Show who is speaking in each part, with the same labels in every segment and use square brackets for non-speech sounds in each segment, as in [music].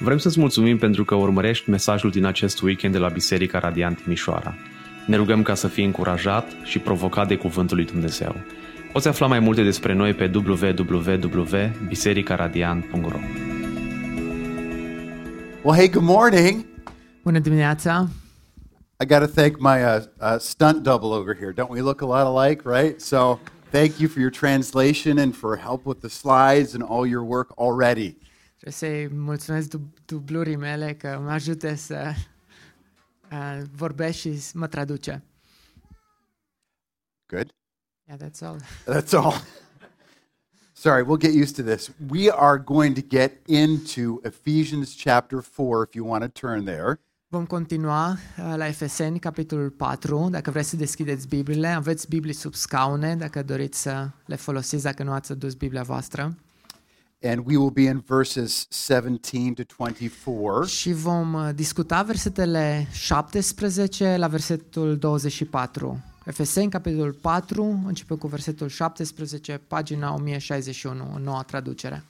Speaker 1: Vrem să-ți mulțumim pentru că urmărești mesajul din acest weekend de la Biserica Radiant Timișoara. Ne rugăm ca să fii încurajat și provocat de Cuvântul lui Dumnezeu. Poți afla mai multe despre noi pe www.bisericaradiant.ro
Speaker 2: Well, hey, good morning.
Speaker 3: Bună dimineața!
Speaker 2: I got to thank my uh, uh, stunt double over here. Don't we look a lot alike, right? So, thank you for your translation and for help with the slides and all your work already.
Speaker 3: Trebuie să-i mulțumesc dub- dublurii mele că mă ajute să uh, vorbesc și s- mă traduce.
Speaker 2: Good.
Speaker 3: Yeah, that's all.
Speaker 2: That's all. [laughs] Sorry, we'll get used to this. We are going to get into Ephesians chapter 4 if you want to turn there.
Speaker 3: Vom continua uh, la Efeseni, capitolul 4. Dacă vreți să deschideți Bibliile, aveți Biblii sub scaune, dacă doriți să le folosiți, dacă nu ați adus Biblia voastră.
Speaker 2: And we will be in verses 17 to 24.
Speaker 3: Și vom uh, discuta versetele 17 la versetul 24. Efeseni, capitolul 4, începem cu versetul 17, pagina 1061, în noua traducere.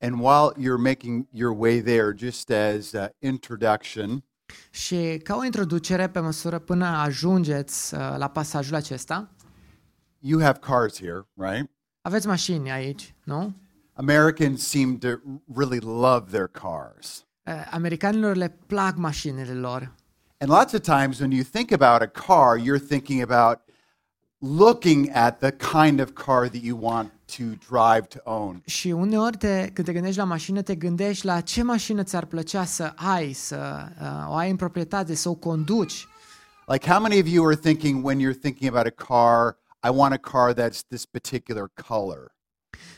Speaker 2: And while you're making your way there, just as uh, introduction,
Speaker 3: Și ca o introducere pe măsură până ajungeți uh, la pasajul acesta,
Speaker 2: you have cars here, right?
Speaker 3: aveți mașini aici, nu?
Speaker 2: Americans seem to really love their cars.
Speaker 3: Uh, Americanilor le plac mașinile lor.
Speaker 2: And lots of times when you think about a car, you're thinking about looking at the kind of car that you want to drive to own.
Speaker 3: Și uneori te, când te gândești la mașină, te gândești la ce mașină ți-ar plăcea să ai, să uh, o ai în proprietate, să o conduci.
Speaker 2: Like, how many of you are thinking when you're thinking about a car, I want a car that's this particular color?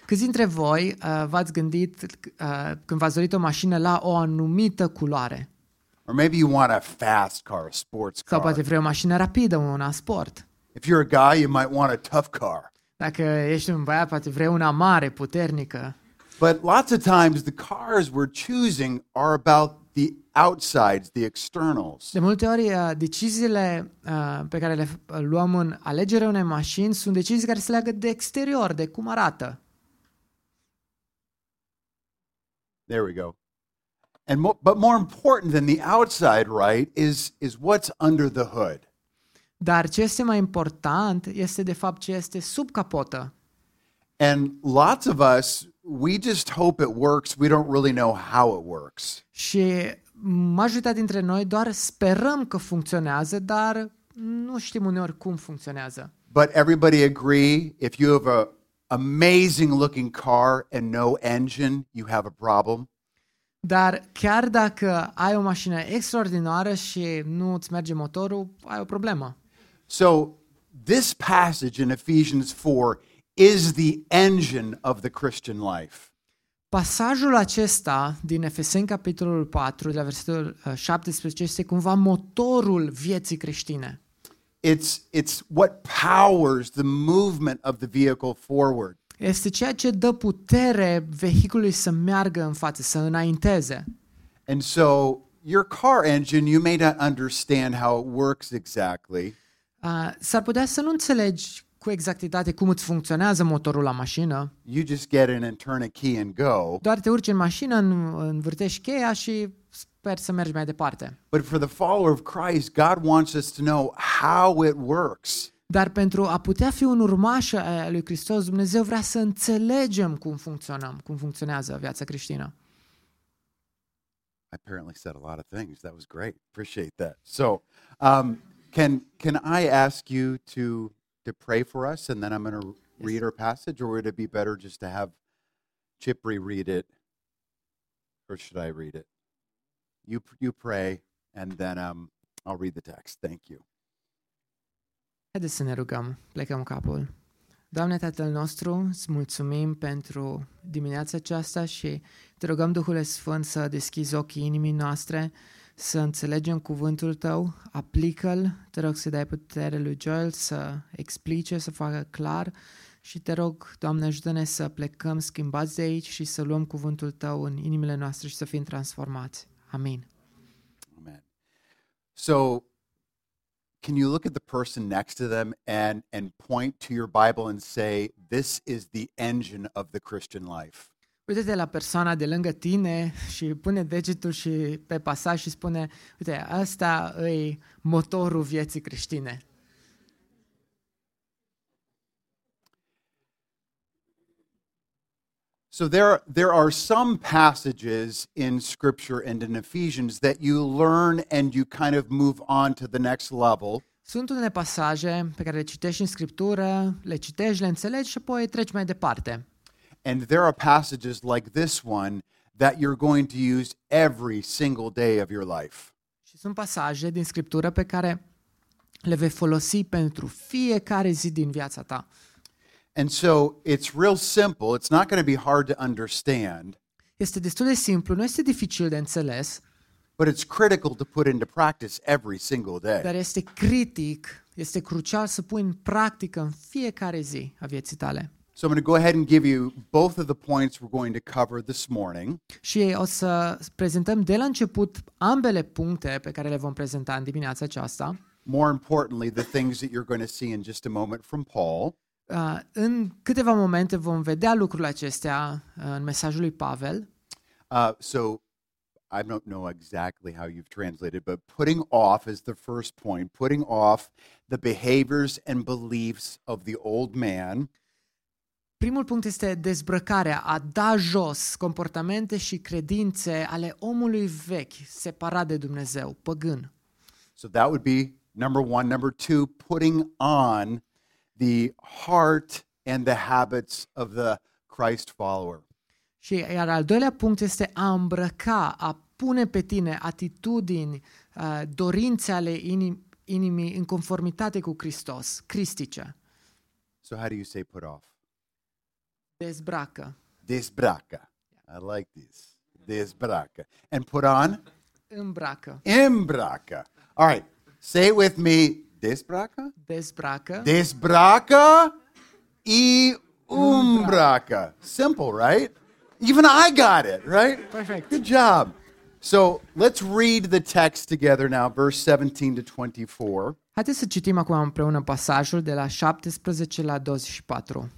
Speaker 3: Câți dintre voi uh, v-ați gândit uh, când v-ați dorit o mașină la o anumită culoare?
Speaker 2: Or maybe you want a fast car, a sports
Speaker 3: Sau
Speaker 2: car.
Speaker 3: poate vrei o mașină rapidă, una sport.
Speaker 2: If you're a guy, you might want a tough car.
Speaker 3: Dacă ești un băiat, poate vrei una mare, puternică.
Speaker 2: But lots of times the cars we're choosing are about the outsides, the externals.
Speaker 3: De multe ori, uh, deciziile uh, pe care le f- luăm în alegerea unei mașini sunt decizii care se leagă de exterior, de cum arată.
Speaker 2: There we go. And mo- but more important than the outside, right, is is what's under the hood.
Speaker 3: Dar ce este mai important este, de fapt, ce este sub capotă.
Speaker 2: And lots of us, we just hope it works. We don't really know how it works.
Speaker 3: Și majoritatea dintre noi doar sperăm că funcționează, dar nu știm uneori cum funcționează.
Speaker 2: But everybody agree if you have a amazing looking car and no engine, you have a problem.
Speaker 3: Dar chiar dacă ai o mașină extraordinară și nu îți merge motorul, ai o problemă.
Speaker 2: So this passage in Ephesians 4 is the engine of the Christian life.
Speaker 3: Pasajul acesta din Efeseni capitolul 4, de la versetul uh, 17, este cumva motorul vieții creștine.
Speaker 2: It's it's what powers the movement of the vehicle forward.
Speaker 3: Este ceea ce dă putere vehiculului să meargă în față, să înainteze.
Speaker 2: And so your car engine, you may not understand how it works exactly,
Speaker 3: Uh, S-ar putea să nu înțelegi cu exactitate cum îți funcționează motorul la mașină,
Speaker 2: you just get in and turn a key and go.
Speaker 3: doar te urci în mașină, în- învârtești cheia și sper să mergi mai departe.
Speaker 2: But for the follower of Christ, God wants us to know how it works.
Speaker 3: Dar pentru a putea fi un urmaș al lui Hristos, Dumnezeu vrea să înțelegem cum funcționăm, cum funcționează viața creștină.
Speaker 2: I apparently said a lot of things. That was great. Appreciate that. So, um, can can I ask you to to pray for us, and then I'm going to read our passage, or would it be better just to have Chipri read it, or should I read it? You you pray, and then um, I'll read the text. Thank you.
Speaker 3: Haideți să ne rugăm, plecăm capul. Doamne Tatăl nostru, îți mulțumim pentru dimineața aceasta și te rugăm Duhul Sfânt să deschizi ochii inimii noastre, să înțelegem cuvântul Tău, aplică-l, te rog să dai putere lui Joel să explice, să facă clar și te rog, Doamne, ajută-ne să plecăm schimbați de aici și să luăm cuvântul Tău în inimile noastre și să fim transformați. Amin.
Speaker 2: Amen. So, can you look at the person next to them and and point to your Bible and say, "This is the engine of the Christian life."
Speaker 3: Uită-te la persoana de lângă tine și pune degetul și pe pasaj și spune, uite, asta e motorul vieții creștine.
Speaker 2: So there, there are some passages in Scripture and in Ephesians that you learn and you kind of move on to the next level.
Speaker 3: Sunt unele pasaje pe care le citești în Scriptură, le citești, le înțelegi și apoi treci mai departe.
Speaker 2: And there are passages like this one that you're going to use every single day of your life.
Speaker 3: Și sunt pasaje din Scriptură pe care le vei folosi pentru fiecare zi din viața ta.
Speaker 2: And so it's real simple. It's not going to be hard to understand,
Speaker 3: Este destul de simplu, nu este dificil de înțeles,
Speaker 2: but it's critical to put into practice every single day.
Speaker 3: dar este critic, este crucial să pui în practică în fiecare zi a vieții tale.
Speaker 2: So I'm going to go ahead and give you both of the points we're going to cover this morning.
Speaker 3: Și o să prezentăm de la început ambele puncte pe care le vom prezenta în dimineața aceasta.
Speaker 2: More importantly, the things that you're going to see in just a moment from Paul.
Speaker 3: Uh, În câteva momente vom vedea lucrurile acestea uh, în mesajul lui Pavel.
Speaker 2: Uh, so I don't know exactly how you've translated, but putting off is the first point. Putting off the behaviors and beliefs of the old man.
Speaker 3: Primul punct este dezbrăcarea, a da jos comportamente și credințe ale omului vechi, separat de Dumnezeu, păgân.
Speaker 2: So that would be number one. Number two, putting on the heart and the habits of the Christ follower.
Speaker 3: Și iar al doilea punct este a îmbrăca, a pune pe tine atitudini, uh, dorințe ale inim- inimii în conformitate cu Hristos, cristice.
Speaker 2: So how do you say put off?
Speaker 3: Dezbracă,
Speaker 2: Desbraca. I like this. Desbraca. And put on
Speaker 3: îmbracă,
Speaker 2: embraca. All right. Say it with me. Desbraca?
Speaker 3: dezbracă,
Speaker 2: Desbraca e umbraca. Simple, right? Even I got it, right?
Speaker 3: Perfect.
Speaker 2: Good job. So let's read the text together now, verse 17 to 24.
Speaker 3: Haideți să citim acum împreună pasajul de la 17 la 24.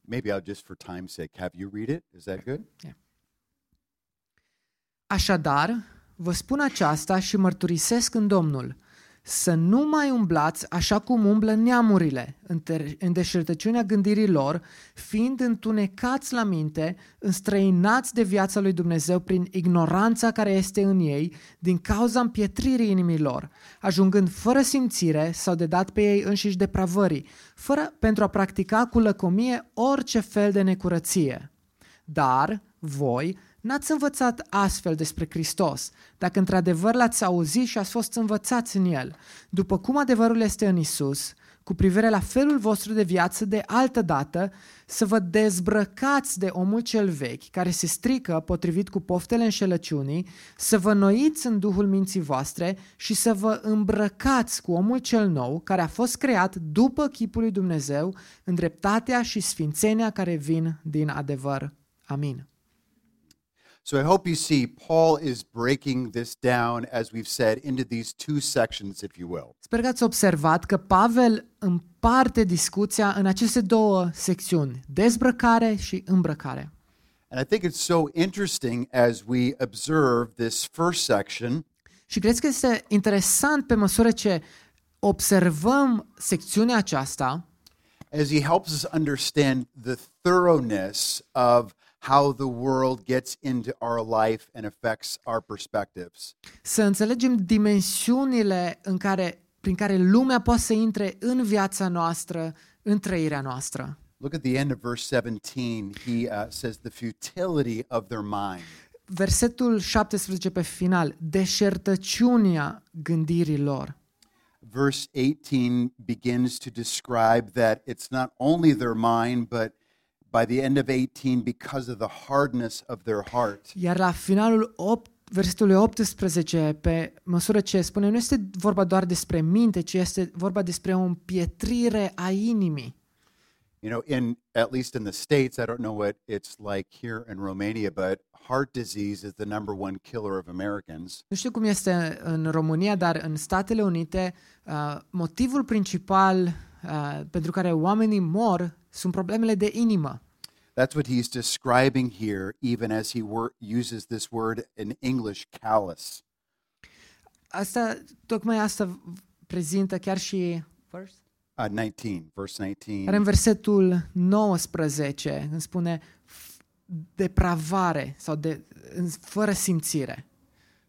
Speaker 2: Maybe I'll just, for time's sake, have you read it. Is that good?
Speaker 3: Așadar, vă spun aceasta și mărturisesc în Domnul, să nu mai umblați așa cum umblă neamurile, în, ter- în deșertăciunea gândirii lor, fiind întunecați la minte, înstrăinați de viața lui Dumnezeu prin ignoranța care este în ei, din cauza împietririi inimii lor, ajungând fără simțire sau de dat pe ei înșiși depravării, fără pentru a practica cu lăcomie orice fel de necurăție. Dar voi n-ați învățat astfel despre Hristos, dacă într-adevăr l-ați auzit și ați fost învățați în el, după cum adevărul este în Isus, cu privire la felul vostru de viață de altă dată, să vă dezbrăcați de omul cel vechi, care se strică potrivit cu poftele înșelăciunii, să vă noiți în duhul minții voastre și să vă îmbrăcați cu omul cel nou, care a fost creat după chipul lui Dumnezeu, în dreptatea și sfințenia care vin din adevăr. Amin.
Speaker 2: So I hope you see Paul is breaking this down, as we've said, into these two sections, if you will.
Speaker 3: Sper că ați observat că Pavel împarte discuția în aceste două secțiuni, dezbrăcare și îmbrăcare.
Speaker 2: And I think it's so interesting as we observe this first section
Speaker 3: Și cred că este interesant pe măsură ce observăm secțiunea aceasta,
Speaker 2: as he helps us understand the thoroughness of how the world gets into our life and affects our perspectives.
Speaker 3: să înțelegem dimensiunile în care, prin care lumea poate să intre în viața noastră, în trăirea noastră.
Speaker 2: Look at the end of verse 17. He uh, says, The futility of their mind.
Speaker 3: Versetul 17 pe final, deșertăciunea gândirilor.
Speaker 2: Verse 18 begins to describe that it's not only their mind, but by the end of 18, because of the hardness of their heart.
Speaker 3: Iar la finalul 8, versetului 18, pe măsură ce spune, nu este vorba doar despre minte, ci este vorba despre o împietrire a inimii.
Speaker 2: You know, in at least in the States, I don't know what it's like here in Romania, but heart disease is the number one killer of Americans.
Speaker 3: Nu știu cum este în România, dar în Statele Unite, uh, motivul principal uh, pentru care oamenii mor sunt problemele de inimă.
Speaker 2: That's what he's describing here, even as he wor- uses this word in English, callous.
Speaker 3: Asta, tocmai asta v- prezintă chiar și First?
Speaker 2: Uh, 19, verse 19.
Speaker 3: Care în versetul 19 îmi spune f- depravare sau de, în- fără simțire.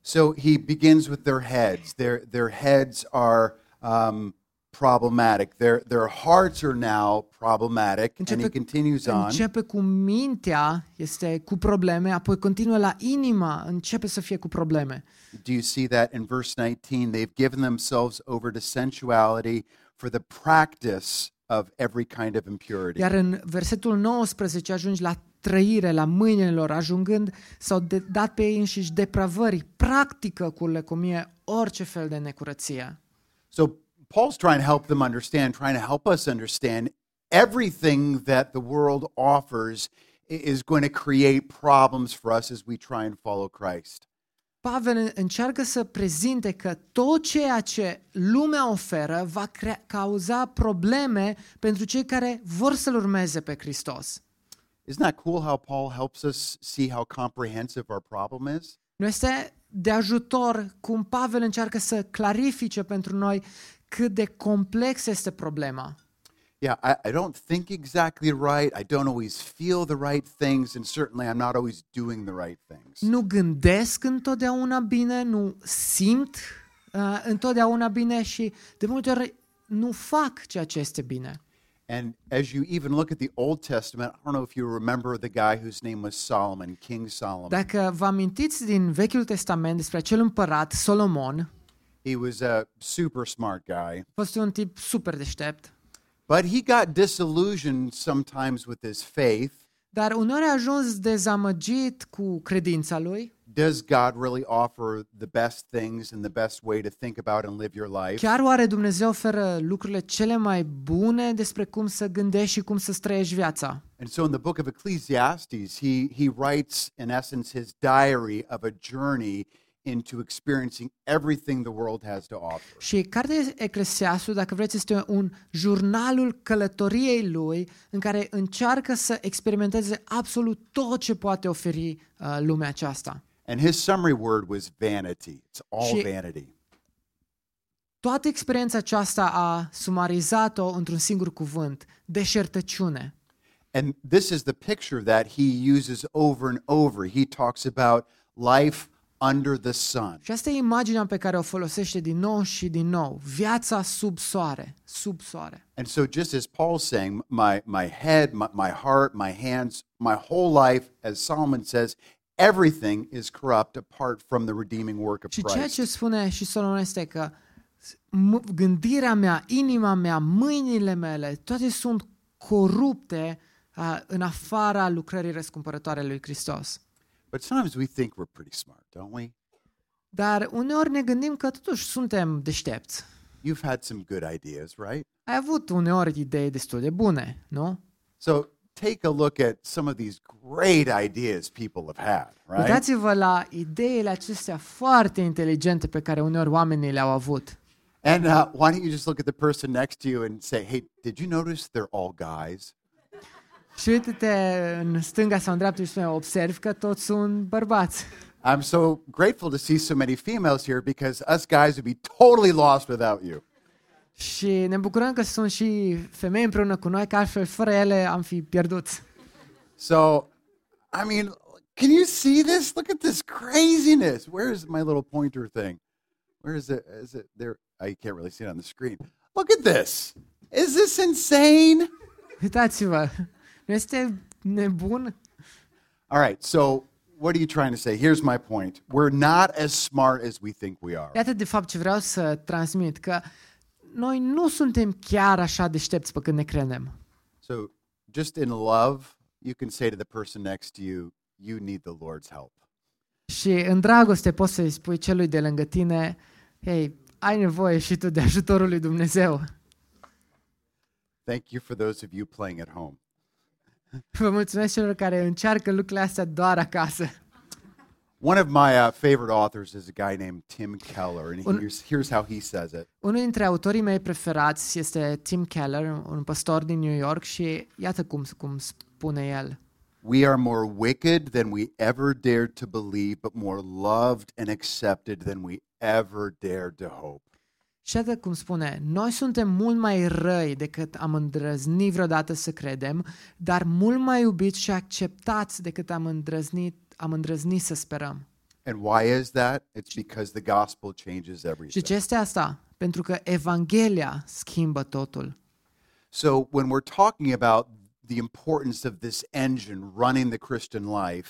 Speaker 2: So he begins with their heads. Their, their heads are um, problematic. Their, their hearts are now problematic. And he
Speaker 3: Începe-
Speaker 2: continues on.
Speaker 3: Începe cu mintea, este cu probleme, apoi continuă la inima, începe să fie cu probleme.
Speaker 2: Do you see that in verse 19? They've given themselves over to sensuality for the practice of every kind of impurity.
Speaker 3: Iar în versetul 19 ajungi la trăire, la mâinile lor, ajungând sau de, dat pe ei înșiși depravări, practică cu lecomie orice fel de necurăție.
Speaker 2: So Paul's trying to help them understand, trying to help us understand everything that the world offers i- is going to create problems for us as we try and follow Christ.
Speaker 3: Pavel încearcă să prezinte că tot ceea ce lumea oferă va crea, cauza probleme pentru cei care vor să-L urmeze pe Hristos.
Speaker 2: Isn't that cool how Paul helps us see how comprehensive our problem is?
Speaker 3: Nu este de ajutor cum Pavel încearcă să clarifice pentru noi cât de complex este problema.
Speaker 2: Yeah, I, I don't think exactly right. I don't always feel the right things, and certainly I'm not always doing the right things.
Speaker 3: Nu gândesc întotdeauna bine, nu simt uh, întotdeauna bine și de multe ori nu fac ceea ce este bine.
Speaker 2: And as you even look at the Old Testament, I don't know if you remember the guy whose name was Solomon, King Solomon.
Speaker 3: Dacă vă amintiți din Vechiul Testament despre acel împărat, Solomon,
Speaker 2: he was a super smart guy.
Speaker 3: a fost un tip super deștept,
Speaker 2: But he got disillusioned sometimes with his faith.
Speaker 3: dar uneori a ajuns dezamăgit cu credința lui.
Speaker 2: Does God really offer the best things and the best way to think about and live your life?
Speaker 3: Chiar oare Dumnezeu oferă lucrurile cele mai bune despre cum să gândești și cum să-ți trăiești viața?
Speaker 2: And so in the book of Ecclesiastes, he, he writes, in essence, his diary of a journey into experiencing everything the world has to offer.
Speaker 3: Și cartea Eclesiastul, dacă vreți, este un jurnalul călătoriei lui în care încearcă să experimenteze absolut tot ce poate oferi uh, lumea aceasta.
Speaker 2: And his summary word was vanity. It's all
Speaker 3: She-
Speaker 2: vanity.
Speaker 3: Toată experiența aceasta a sumarizat-o într-un singur cuvânt, deșertăciune.
Speaker 2: And this is the picture that he uses over and over. He talks about life under the sun.
Speaker 3: Și asta e imaginea pe care o folosește din nou și din nou, viața sub soare, sub soare.
Speaker 2: And so, just as Paul's saying, my, my head, my, my heart, my hands, my whole life, as Solomon says, everything is corrupt apart from the redeeming work of
Speaker 3: Și ceea
Speaker 2: Christ.
Speaker 3: ce spune și Solomon este că m- gândirea mea, inima mea, mâinile mele, toate sunt corupte a, în afara lucrării răscumpărătoare lui Hristos.
Speaker 2: But sometimes we think we're pretty smart, don't we?
Speaker 3: Dar uneori ne gândim că totuși suntem deștepți.
Speaker 2: You've had some good ideas, right?
Speaker 3: Ai avut uneori idei destul de bune, nu?
Speaker 2: So, take a look at some of these great ideas people have had, right?
Speaker 3: Uitați-vă la ideile acestea foarte inteligente pe care uneori oamenii le-au avut.
Speaker 2: And uh, why don't you just look at the person next to you and say, hey, did you notice they're all guys?
Speaker 3: Și uite-te în stânga sau în dreapta și spune, observ că toți sunt bărbați.
Speaker 2: I'm so grateful to see so many females here because us guys would be totally lost without you.
Speaker 3: Și ne bucurăm că sunt și femei împreună cu noi, că altfel fără ele am fi pierduți. [laughs]
Speaker 2: So, I mean, can you see this? Look at this craziness. Where is my little pointer thing? Where is it? Is it there? I can't really see it on the screen. Look at this. Is this insane?
Speaker 3: Uitați-vă, nu este nebun?
Speaker 2: All right. So, what are you trying to say? Here's my point. We're not as smart as we think we are.
Speaker 3: Iată de fapt ce vreau să transmit, că noi nu suntem chiar așa deștepți pe când ne credem.
Speaker 2: So, just in love, you can say to the person next to you, you need the Lord's help.
Speaker 3: Și în dragoste poți să-i spui celui de lângă tine, hei, ai nevoie și tu de ajutorul lui Dumnezeu.
Speaker 2: Thank you for those of you playing at home.
Speaker 3: Vă mulțumesc celor care încearcă lucrurile astea doar acasă.
Speaker 2: One of my uh, favorite authors is a guy named Tim Keller, and here's, here's how he says it.
Speaker 3: Unul dintre autorii mei preferați este Tim Keller, un pastor din New York și iată cum, cum spune el.
Speaker 2: We are more wicked than we ever dared to believe, but more loved and accepted than we ever dared to hope.
Speaker 3: Și atât cum spune, noi suntem mult mai răi decât am îndrăznit vreodată să credem, dar mult mai iubiți și acceptați decât am îndrăznit, am îndrăznit să sperăm.
Speaker 2: And why is that? It's because the gospel changes
Speaker 3: Și
Speaker 2: everything.
Speaker 3: ce este asta? Pentru că Evanghelia schimbă totul.
Speaker 2: So when we're talking about the importance of this engine running the Christian life,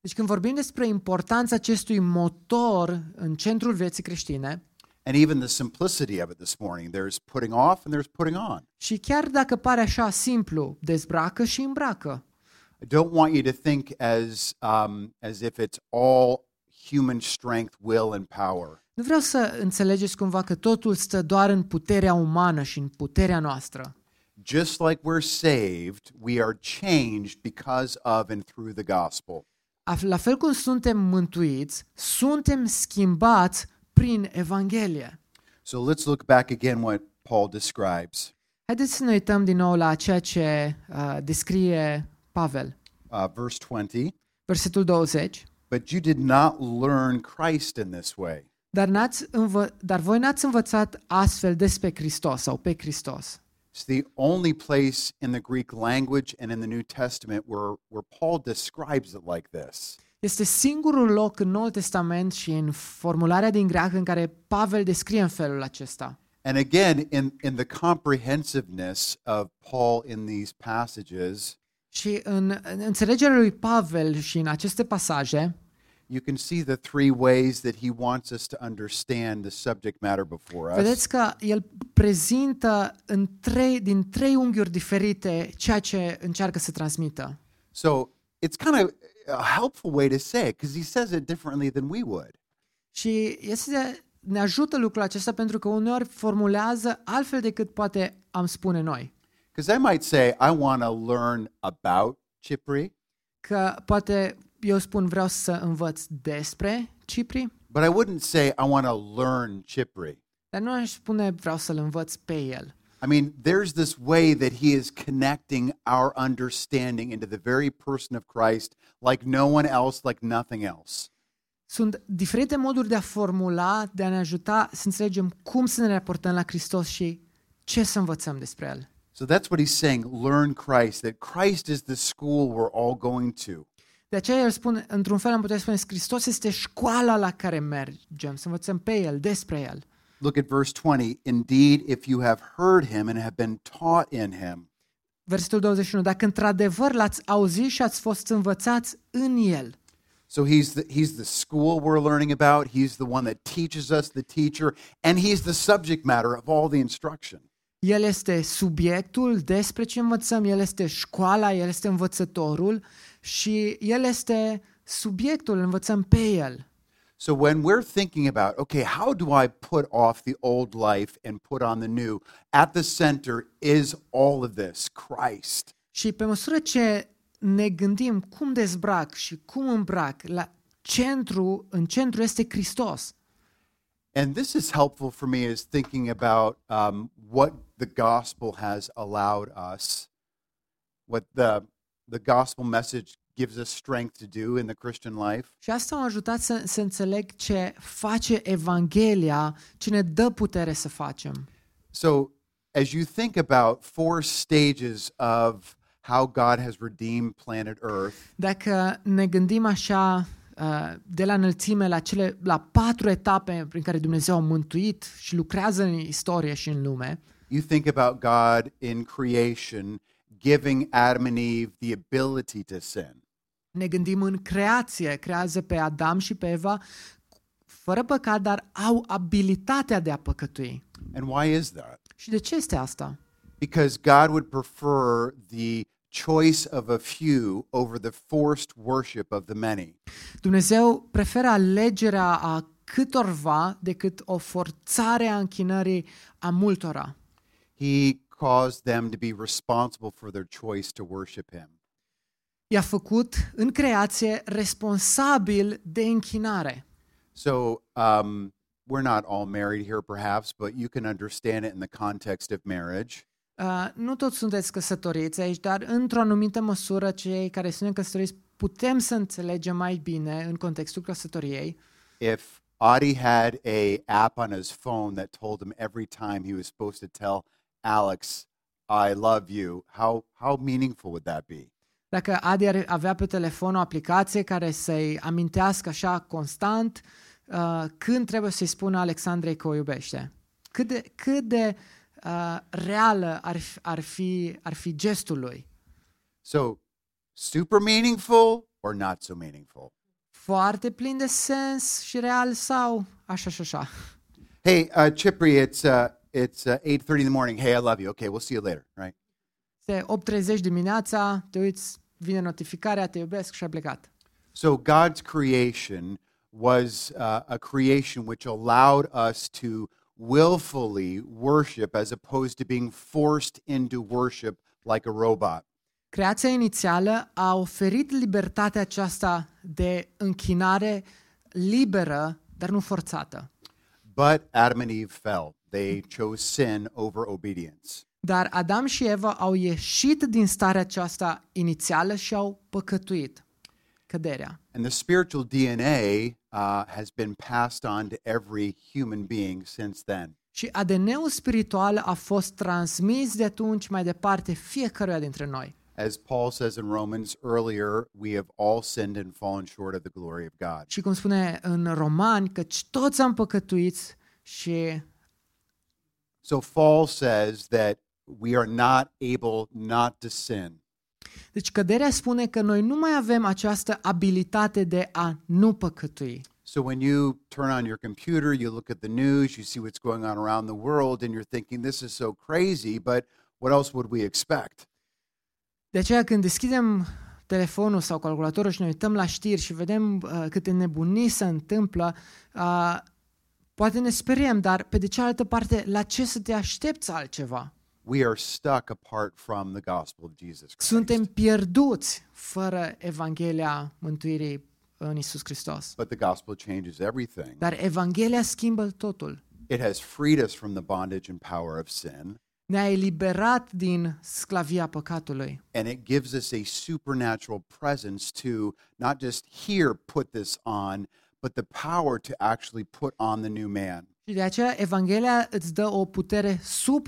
Speaker 3: Deci când vorbim despre importanța acestui motor în centrul vieții creștine,
Speaker 2: and even the simplicity of it this morning, there's putting off and there's putting on.
Speaker 3: și chiar dacă pare așa simplu, dezbracă și îmbracă.
Speaker 2: I don't want you to think as um, as if it's all human strength, will, and power.
Speaker 3: Nu vreau să înțelegeți cumva că totul stă doar în puterea umană și în puterea noastră.
Speaker 2: Just like we're saved, we are changed because of and through the gospel.
Speaker 3: Af- La fel cum suntem mântuiți, suntem schimbați prin Evanghelie.
Speaker 2: So let's look back again what Paul describes,
Speaker 3: Haideți să ne uităm din nou la ceea ce uh, descrie Pavel.
Speaker 2: uh, verse twenty.
Speaker 3: Versetul 20.
Speaker 2: But you did not learn Christ in this way.
Speaker 3: Dar, n-ați învă- dar voi n-ați învățat astfel despre Hristos sau pe Hristos.
Speaker 2: It's the only place in the Greek language and in the New Testament where, where Paul describes it like this.
Speaker 3: Este singurul loc în Noul Testament și în formularea din greacă în care Pavel descrie în felul acesta.
Speaker 2: And again, in, in the comprehensiveness of Paul in these passages,
Speaker 3: Și în, în înțelegerea lui Pavel și în aceste pasaje,
Speaker 2: you can see the three ways that he wants us to understand the subject matter before us.
Speaker 3: Vedeți că el prezintă în trei, din trei unghiuri diferite ceea ce încearcă să transmită.
Speaker 2: So it's kind of a helpful way to say it because he says it differently than we would.
Speaker 3: Și este, ne ajută lucrul acesta pentru că uneori formulează altfel decât poate am spune noi.
Speaker 2: Because I might say, I want to learn about Chipri,
Speaker 3: Că poate eu spun vreau să învăț despre Cipri,
Speaker 2: but I wouldn't say, I want to learn Chipri.
Speaker 3: dar nu aș spune vreau să-l învăț pe el.
Speaker 2: I mean, there's this way that he is connecting our understanding into the very person of Christ, like no one else, like nothing else.
Speaker 3: Sunt diferite moduri de a formula, de a ne ajuta să înțelegem cum să ne raportăm la Hristos și ce să învățăm despre El.
Speaker 2: So that's what he's saying learn Christ, that Christ is the school we're all going to.
Speaker 3: De aceea el spune, într-un fel am putea spune, Hristos este școala la care mergem, să învățăm pe El, despre El.
Speaker 2: Look at verse 20. Indeed, if you have heard him and have been taught in him.
Speaker 3: Versetul 21, dacă într-adevăr l-ați auzit și ați fost învățați în El.
Speaker 2: So he's the, he's the school we're learning about, he's the one that teaches us, the teacher, and he's the subject matter of all the instruction.
Speaker 3: El este subiectul despre ce învățăm, El este școala, El este învățătorul și El este subiectul, îl învățăm pe El.
Speaker 2: So when we're thinking about, okay, how do I put off the old life and put on the new? At the center is all of this, Christ.
Speaker 3: Și pe măsură ce ne gândim cum dezbrac și cum îmbrac, la centru, în centru este Hristos.
Speaker 2: And this is helpful for me is thinking about um, what the gospel has allowed us, what the the gospel message gives us strength to do in the Christian life.
Speaker 3: Și asta m-a ajutat să, să înțeleg ce face Evanghelia, ce ne dă putere să facem.
Speaker 2: So as you think about four stages of how God has redeemed planet Earth,
Speaker 3: Dacă ne gândim așa uh, de la înălțime la cele la patru etape prin care Dumnezeu a mântuit și lucrează în istorie și în lume,
Speaker 2: You think about God in creation giving Adam and Eve the ability to sin.
Speaker 3: ne gândim în creație, creează pe Adam și pe Eva fără păcat, dar au abilitatea de a păcătui.
Speaker 2: And why is that?
Speaker 3: Și de ce este asta?
Speaker 2: Because God would prefer the choice of a few over the forced worship of the many.
Speaker 3: Dumnezeu preferă alegerea a câtorva decât o forțare a închinării a multora.
Speaker 2: He caused them to be responsible for their choice to worship Him.
Speaker 3: I-a făcut în creație responsabil de închinare.
Speaker 2: So, um, we're not all married here, perhaps, but you can understand it in the context of marriage.
Speaker 3: Uh, nu toți sunteți căsătoriți aici, dar într-o anumită măsură cei care suntem căsătoriți putem să înțelegem mai bine în contextul căsătoriei.
Speaker 2: If Adi had a app on his phone that told him every time he was supposed to tell Alex, "I love you," how how meaningful would that be?
Speaker 3: Dacă Adi ar avea pe telefon o aplicație care să-i amintească așa constant uh, când trebuie să-i spună Alexandrei că o iubește. Cât de, cât de uh, reală ar, fi- ar, fi, ar fi gestul lui.
Speaker 2: So, super meaningful or not so meaningful?
Speaker 3: Foarte plin de sens și real sau așa și așa.
Speaker 2: Hey, uh, Chipri, it's uh, it's uh, eight thirty in the morning. Hey, I love you. Okay, we'll see you later. Right?
Speaker 3: Este 8.30 dimineața, te uiți, vine notificarea, te iubesc și ai plecat.
Speaker 2: So God's creation was uh, a creation which allowed us to willfully worship as opposed to being forced into worship like a robot.
Speaker 3: Creația inițială a oferit libertatea aceasta de închinare liberă, dar nu forțată.
Speaker 2: But Adam and Eve fell. They chose sin over obedience.
Speaker 3: Dar Adam și Eva au ieșit din starea aceasta inițială și au păcătuit căderea.
Speaker 2: And the spiritual DNA uh, has been passed on to every human being since then.
Speaker 3: Și ADN-ul spiritual a fost transmis de atunci mai departe fiecăruia dintre noi.
Speaker 2: As Paul says in Romans earlier, we have all sinned and fallen short of the glory of God.
Speaker 3: Și cum spune în Romani, căci toți am păcătuit și
Speaker 2: So fall says that we are not able not to sin.
Speaker 3: Deci căderea spune că noi nu mai avem această abilitate de a nu păcătui.
Speaker 2: So when you turn on your computer, you look at the news, you see what's going on around the world, and you're thinking, this is so crazy, but what else would we expect?
Speaker 3: De aceea când deschidem telefonul sau calculatorul și ne uităm la știri și vedem uh, câte nebunii se întâmplă, uh, poate ne speriem, dar pe de cealaltă parte, la ce să te aștepți altceva?
Speaker 2: We are stuck apart from the gospel of Jesus Christ.
Speaker 3: Suntem pierduți fără Evanghelia mântuirii în Isus Hristos.
Speaker 2: But the gospel changes everything.
Speaker 3: Dar Evanghelia schimbă totul.
Speaker 2: It has freed us from the bondage and power of sin,
Speaker 3: Ne-a eliberat din sclavia păcatului.
Speaker 2: and it gives us a supernatural presence to not just here put this on, but the power to actually put on the new man.
Speaker 3: Și de aceea Evanghelia îți dă o putere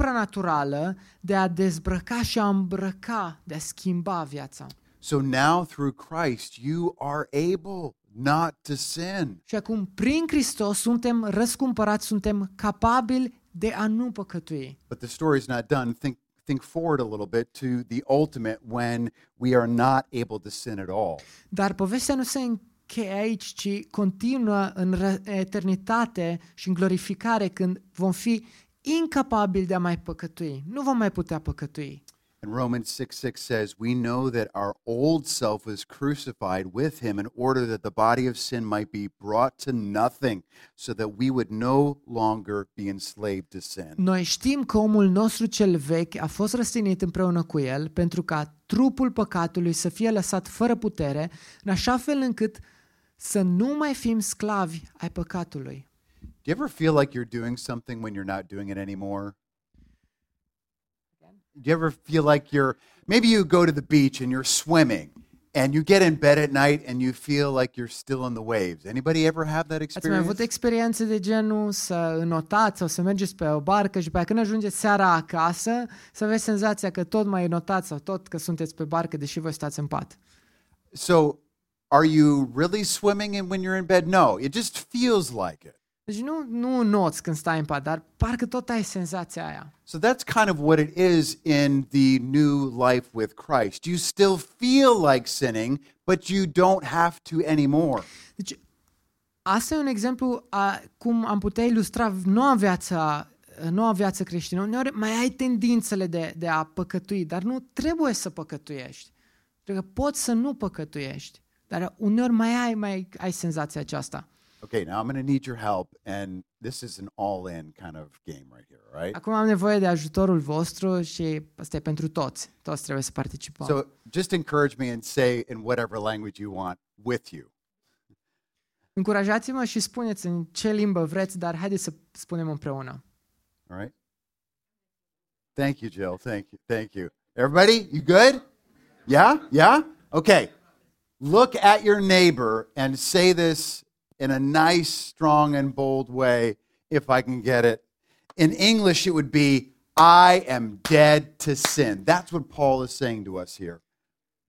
Speaker 3: supranaturală de a dezbrăca și a îmbrăca, de a schimba viața.
Speaker 2: So now through Christ, you are able not to sin.
Speaker 3: Și acum, prin Hristos, suntem răscumpărați, suntem capabili de a nu păcătui.
Speaker 2: But the story's not done. Think, think forward a little bit to the ultimate when we are not able to sin at all.
Speaker 3: Dar povestea nu se încheie aici, ci continuă în ră- eternitate și în glorificare, când vom fi incapabili de a mai păcătui. Nu vom mai putea păcătui.
Speaker 2: And Romans 6 6 says, We know that our old self was crucified with him in order that the body of sin might be brought to nothing, so that we would no longer be enslaved to sin.
Speaker 3: Noi știm că omul nostru cel vechi a fost răstinit împreună cu el pentru ca trupul păcatului să fie lăsat fără putere, în așa fel încât să nu mai fim sclavi ai păcatului.
Speaker 2: Do you ever feel like you're doing something when you're not doing it anymore? Do you ever feel like you're maybe you go to the beach and you're swimming and you get in bed at night and you feel like you're still in the waves? Anybody ever have that
Speaker 3: Ați mai
Speaker 2: experience?
Speaker 3: avut experiențe de genul să înotați sau să mergeți pe o barcă și pe aia când ajungeți seara acasă să aveți senzația că tot mai înotați sau tot că sunteți pe barcă deși voi stați în pat?
Speaker 2: So, are you really swimming and when you're in bed? No, it just feels like it.
Speaker 3: Deci nu, nu înoți când stai în pat, dar parcă tot ai senzația aia.
Speaker 2: So that's kind of what it is in the new life with Christ. You still feel like sinning, but you don't have to anymore.
Speaker 3: Deci, asta e un exemplu a cum am putea ilustra noua viață, noua viață creștină. Uneori mai ai tendințele de, de a păcătui, dar nu trebuie să păcătuiești. Pentru că poți să nu păcătuiești, dar uneori mai ai, mai ai senzația aceasta.
Speaker 2: Okay, now I'm going to need your help. And this is an all in kind of game right here, all right?
Speaker 3: Acum am nevoie de ajutorul vostru și asta e pentru toți. Toți trebuie să participăm. So,
Speaker 2: So just encourage me and say in whatever language you want with you.
Speaker 3: Încurajați-mă și spuneți în ce limbă vreți, dar haideți să spunem împreună.
Speaker 2: All right? Thank you, Jill. Thank you. Thank you. Everybody, you good? Yeah? Yeah? Okay. Look at your neighbor and say this in a nice, strong, and bold way, if I can get it. In English, it would be, I am dead to sin. That's what Paul is saying to us here.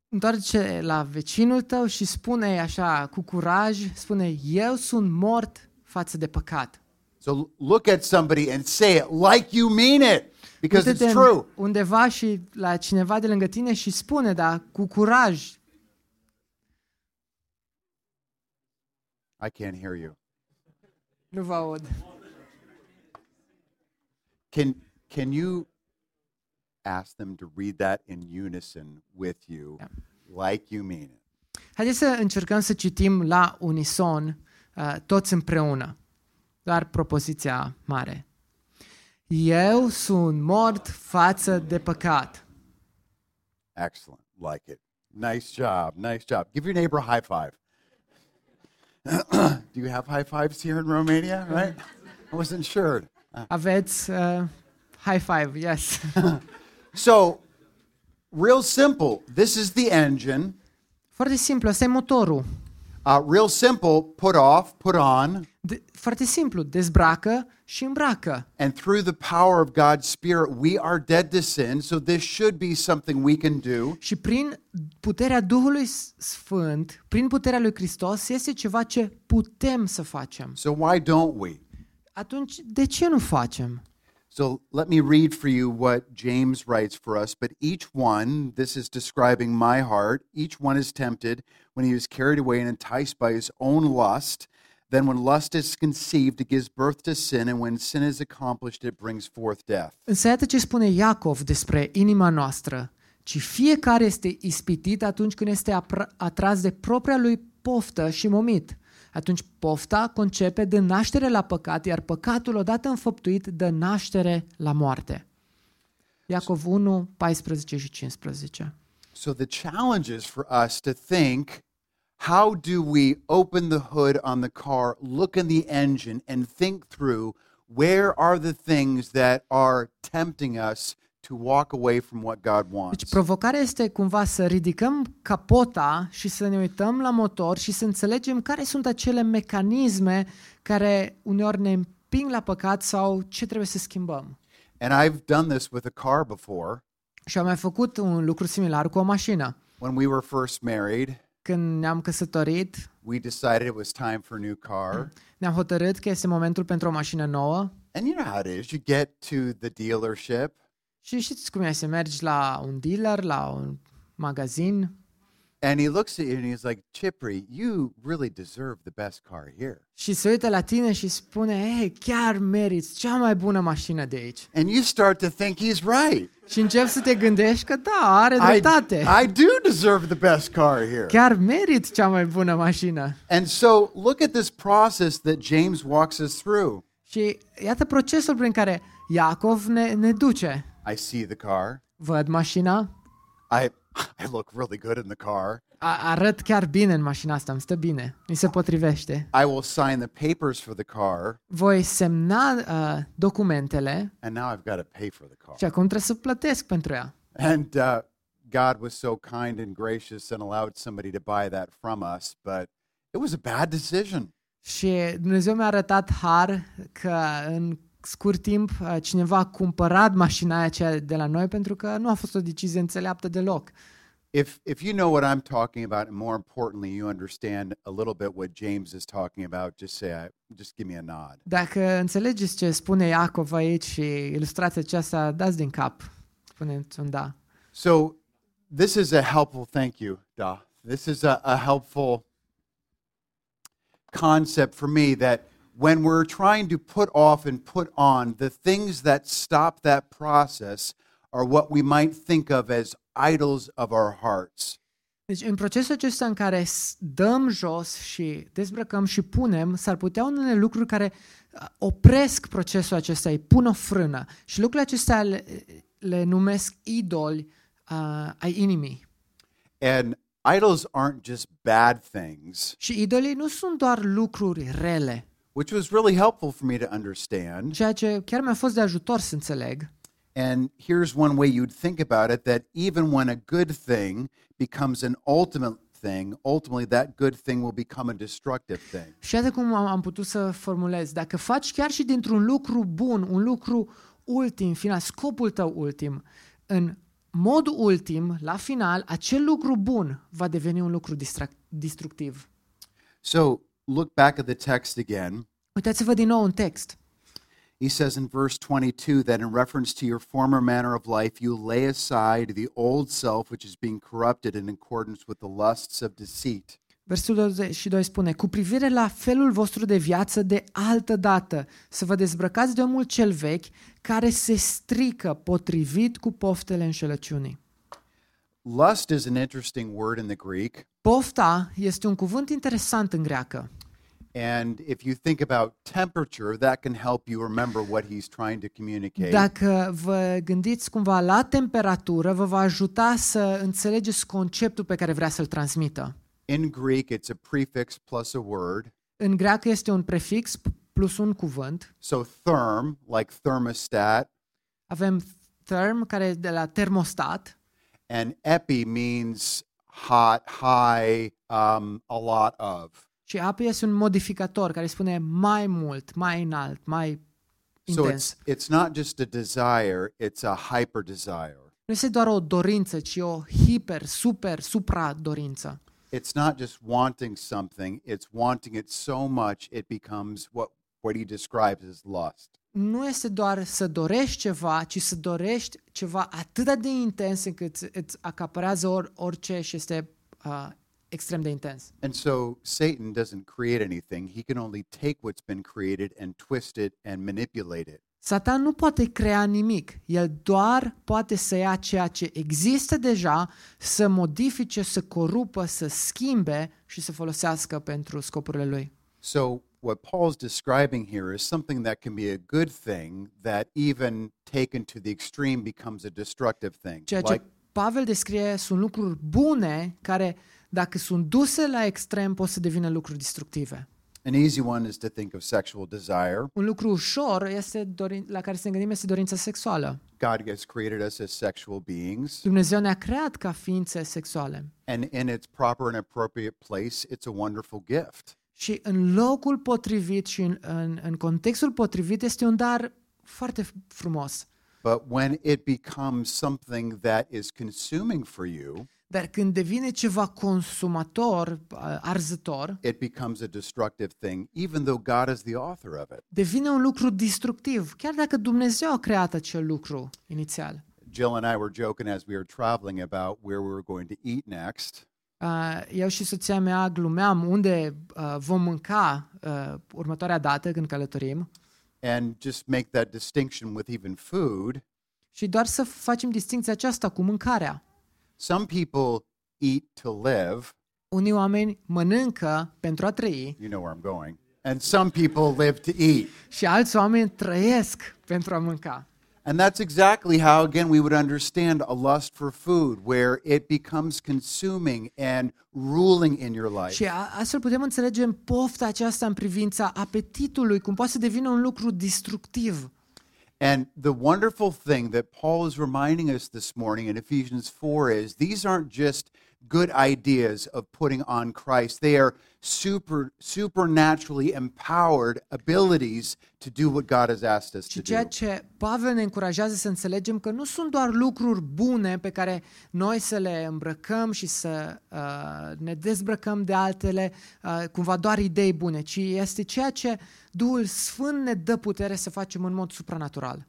Speaker 3: Întoarce la vecinul tău și spune așa, cu curaj, spune, eu sunt mort față de păcat.
Speaker 2: So look at somebody and say it like you mean it, because it's
Speaker 3: Uite-te
Speaker 2: true.
Speaker 3: undeva și la cineva de lângă tine și spune, dar cu curaj,
Speaker 2: I can't hear you.
Speaker 3: nu vă aud.
Speaker 2: Can can you ask them to read that in unison with you, like you mean it?
Speaker 3: Haideți să încercăm să citim la unison, uh, toți împreună, doar propoziția mare. Eu sunt mort față de păcat.
Speaker 2: Excellent. Like it. Nice job. Nice job. Give your neighbor a high five. [clears throat] Do you have high fives here in Romania? Right? I wasn't sure.
Speaker 3: Aveți uh, high five,
Speaker 2: [laughs]
Speaker 3: yes.
Speaker 2: So, real simple. This is the engine.
Speaker 3: Foarte simplu, asta e motorul.
Speaker 2: Uh, real simple. Put off, put on,
Speaker 3: De- foarte simplu, dezbracă și îmbracă.
Speaker 2: and through the power of God's Spirit, we are dead to sin. So this should be something we can do.
Speaker 3: Și prin puterea Duhului S- Sfânt, prin puterea lui Hristos, este ceva ce putem să facem.
Speaker 2: So why don't we?
Speaker 3: Atunci, de ce nu facem?
Speaker 2: So let me read for you what James writes for us. But each one, this is describing my heart, each one is tempted when he is carried away and enticed by his own lust. Then, when lust is conceived, it gives birth to sin, and when sin is accomplished, it brings forth death.
Speaker 3: Însă iată ce spune Iacov despre inima noastră, ci fiecare este ispitit atunci când este apra- atras de propria lui poftă și momit. Atunci pofta concepe de naștere la păcat, iar păcatul odată înfăptuit dă naștere la moarte. Iacov 1, 14 și 15.
Speaker 2: So, the challenge is for us to think how do we open the hood on the car, look in the engine, and think through where are the things that are tempting us to walk away from what God wants?
Speaker 3: Deci provocarea este cumva să ridicăm capota și să ne uităm la motor și să înțelegem care sunt acele mecanisme care uneori ne împing la păcat sau ce trebuie să schimbăm.
Speaker 2: And I've done this with a car before
Speaker 3: Și am mai făcut un lucru similar cu o mașină.
Speaker 2: when we were first married.
Speaker 3: Când ne-am căsătorit,
Speaker 2: We decided it was time for a new car.
Speaker 3: ne-am hotărât că este momentul pentru o mașină nouă
Speaker 2: And you know how it is. You get to the dealership
Speaker 3: și știți cum e să mergi la un dealer, la un magazin
Speaker 2: and he looks at you and he's like, Chipri, you really deserve the best car here.
Speaker 3: și se uită la tine și spune, hei, chiar meriți cea mai bună mașină de aici.
Speaker 2: And you start to think he's right.
Speaker 3: Și începi să te gândești că da, are
Speaker 2: I,
Speaker 3: dreptate.
Speaker 2: I do deserve the best car here.
Speaker 3: Chiar merit cea mai bună mașină.
Speaker 2: And so look at this process that James walks us through.
Speaker 3: Și iată procesul prin care Iacov ne, ne duce.
Speaker 2: I see the car.
Speaker 3: Văd mașina,
Speaker 2: I [laughs] I look really good in the car.
Speaker 3: a, arăt chiar bine în mașina asta, îmi stă bine, mi se potrivește.
Speaker 2: I will sign the papers for the car.
Speaker 3: Voi semna uh, documentele
Speaker 2: and now I've got to pay for the car.
Speaker 3: și acum trebuie să plătesc pentru ea.
Speaker 2: And uh, God was so kind and gracious and allowed somebody to buy that from us, but it was a bad decision.
Speaker 3: Și Dumnezeu mi-a arătat har că în scurt timp uh, cineva a cumpărat mașina aceea de la noi pentru că nu a fost o decizie înțeleaptă deloc.
Speaker 2: If if you know what I'm talking about, and more importantly, you understand a little bit what James is talking about, just say, I, just give me a nod.
Speaker 3: Dacă înțelegeți ce spune Iacov aici și ilustrația aceasta, dați din cap. Spuneți un da.
Speaker 2: So, this is a helpful thank you, Da. This is a, a helpful concept for me that when we're trying to put off and put on, the things that stop that process are what we might think of as idols of our hearts.
Speaker 3: Deci în procesul acesta în care s- dăm jos și dezbrăcăm și punem, s-ar putea unele lucruri care uh, opresc procesul acesta, îi pun o frână. Și lucrurile acestea le, le numesc idoli uh, ai inimii.
Speaker 2: And idols aren't just bad things,
Speaker 3: Și idolii nu sunt doar lucruri rele,
Speaker 2: which was really helpful for me to understand.
Speaker 3: ceea ce chiar mi-a fost de ajutor să înțeleg.
Speaker 2: And here's one way you'd think about it that even when a good thing becomes an ultimate thing, ultimately that good thing will become a destructive thing.
Speaker 3: Și iată cum am am putut să formulez. Dacă faci chiar și dintr-un lucru bun, un lucru ultim, final, scopul tău ultim, în mod ultim, la final, acel lucru bun va deveni un lucru distrac- destructiv.
Speaker 2: So look back at the text again.
Speaker 3: Uitați-vă din nou în text.
Speaker 2: He says in verse 22 that in reference to your former manner of life, you lay aside the old self, which is being corrupted in accordance with the lusts of deceit.
Speaker 3: Versul 22 spune, cu privire la felul vostru de viață de altă dată, să vă dezbrăcați de omul cel vechi, care se strică potrivit cu poftele înșelăciunii.
Speaker 2: Lust is an interesting word in the Greek.
Speaker 3: Pofta este un cuvânt interesant în greacă.
Speaker 2: And if you think about temperature, that can help you remember what he's trying to communicate.
Speaker 3: Dacă vă gândiți cumva la temperatură, vă va ajuta să înțelegeți conceptul pe care vrea să-l transmită.
Speaker 2: in Greek, it's a prefix plus a word.
Speaker 3: În greacă este un prefix plus un cuvânt.
Speaker 2: So therm, like thermostat,
Speaker 3: Avem therm, care e de la termostat,
Speaker 2: and epi means hot, high, um, a lot of.
Speaker 3: și api este un modificator care spune mai mult, mai înalt, mai
Speaker 2: So
Speaker 3: intens.
Speaker 2: it's it's not just a desire; it's a hyper desire.
Speaker 3: Nu este doar o dorință, ci o hiper, super, supra dorință.
Speaker 2: It's not just wanting something; it's wanting it so much it becomes what what he describes as lust.
Speaker 3: nu este doar să dorești ceva, ci să dorești ceva atât de intens încât îți acaparează or, orice și este uh, extrem de intens.
Speaker 2: And so Satan doesn't create anything; he can only take what's been created and twist it and manipulate it.
Speaker 3: Satan nu poate crea nimic, el doar poate să ia ceea ce există deja, să modifice, să corupă, să schimbe și să folosească pentru scopurile lui.
Speaker 2: So, what Paul's describing here is something that can be a good thing that, even taken to the extreme, becomes a destructive thing.
Speaker 3: Ceea ce
Speaker 2: Like,
Speaker 3: Pavel descrie sunt lucruri bune care, dacă sunt duse la extrem, pot să devină lucruri destructive.
Speaker 2: an easy one is to think of sexual desire.
Speaker 3: un lucru ușor este dorin, la care să ne gândim este dorința sexuală.
Speaker 2: God has created us as sexual beings,
Speaker 3: Dumnezeu ne-a creat ca ființe sexuale
Speaker 2: and in its proper and appropriate place, it's a wonderful gift.
Speaker 3: și în locul potrivit și în, în, în contextul potrivit este un dar foarte frumos.
Speaker 2: But when it becomes something that is consuming for you,
Speaker 3: Dar când devine ceva consumator, a- arzător,
Speaker 2: it becomes a destructive thing, even though God is the author of it.
Speaker 3: devine un lucru destructiv, chiar dacă Dumnezeu a creat acel lucru inițial.
Speaker 2: Jill and I were joking as we were traveling about where we were going to eat next.
Speaker 3: Uh, Eu și soția mea glumeam unde uh, vom mânca uh, următoarea dată când călătorim.
Speaker 2: and just make that distinction with even food.
Speaker 3: Și doar să facem distinția aceasta cu mâncarea.
Speaker 2: Some people eat to live,
Speaker 3: Unii oameni mănâncă pentru a trăi
Speaker 2: you know where I'm going, and some people live to eat.
Speaker 3: și alți oameni trăiesc pentru a mânca.
Speaker 2: And that's exactly how, again, we would understand a lust for food, where it becomes consuming and ruling in your life.
Speaker 3: Și a- astfel putem înțelege în pofta aceasta în privința apetitului, cum poate să devină un lucru destructiv.
Speaker 2: And the wonderful thing that Paul is reminding us this morning in Ephesians 4 is these aren't just good ideas of putting on Christ. They are super supernaturally empowered abilities to do what God has asked us
Speaker 3: Și
Speaker 2: to
Speaker 3: ceea
Speaker 2: do.
Speaker 3: ce Pavel ne încurajează să înțelegem că nu sunt doar lucruri bune pe care noi să le îmbrăcăm și să uh, ne dezbrăcăm de altele, uh, cumva doar idei bune, ci este ceea ce Duhul Sfânt ne dă putere să facem în mod supranatural.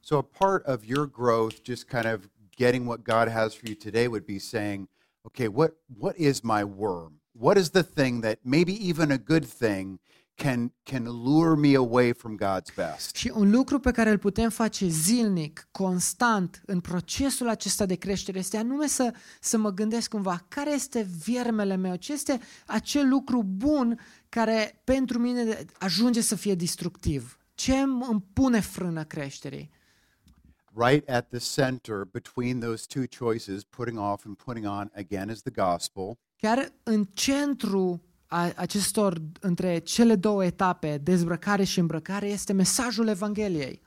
Speaker 2: So a part of your growth just kind of getting what God has for you today would be saying, okay, what what is my worm? What is the thing that maybe even a good thing can can lure me away from God's best?
Speaker 3: Și un lucru pe care îl putem face zilnic, constant, în procesul acesta de creștere, este anume să, să mă gândesc cumva care este viermele meu, ce este acel lucru bun care pentru mine ajunge să fie destructiv. Ce îmi îmi pune frână creșterii?
Speaker 2: right at the center between those two choices, putting off and putting on, again, is the gospel.
Speaker 3: Chiar în centru a acestor, între cele două etape, dezbrăcare și îmbrăcare, este mesajul Evangheliei.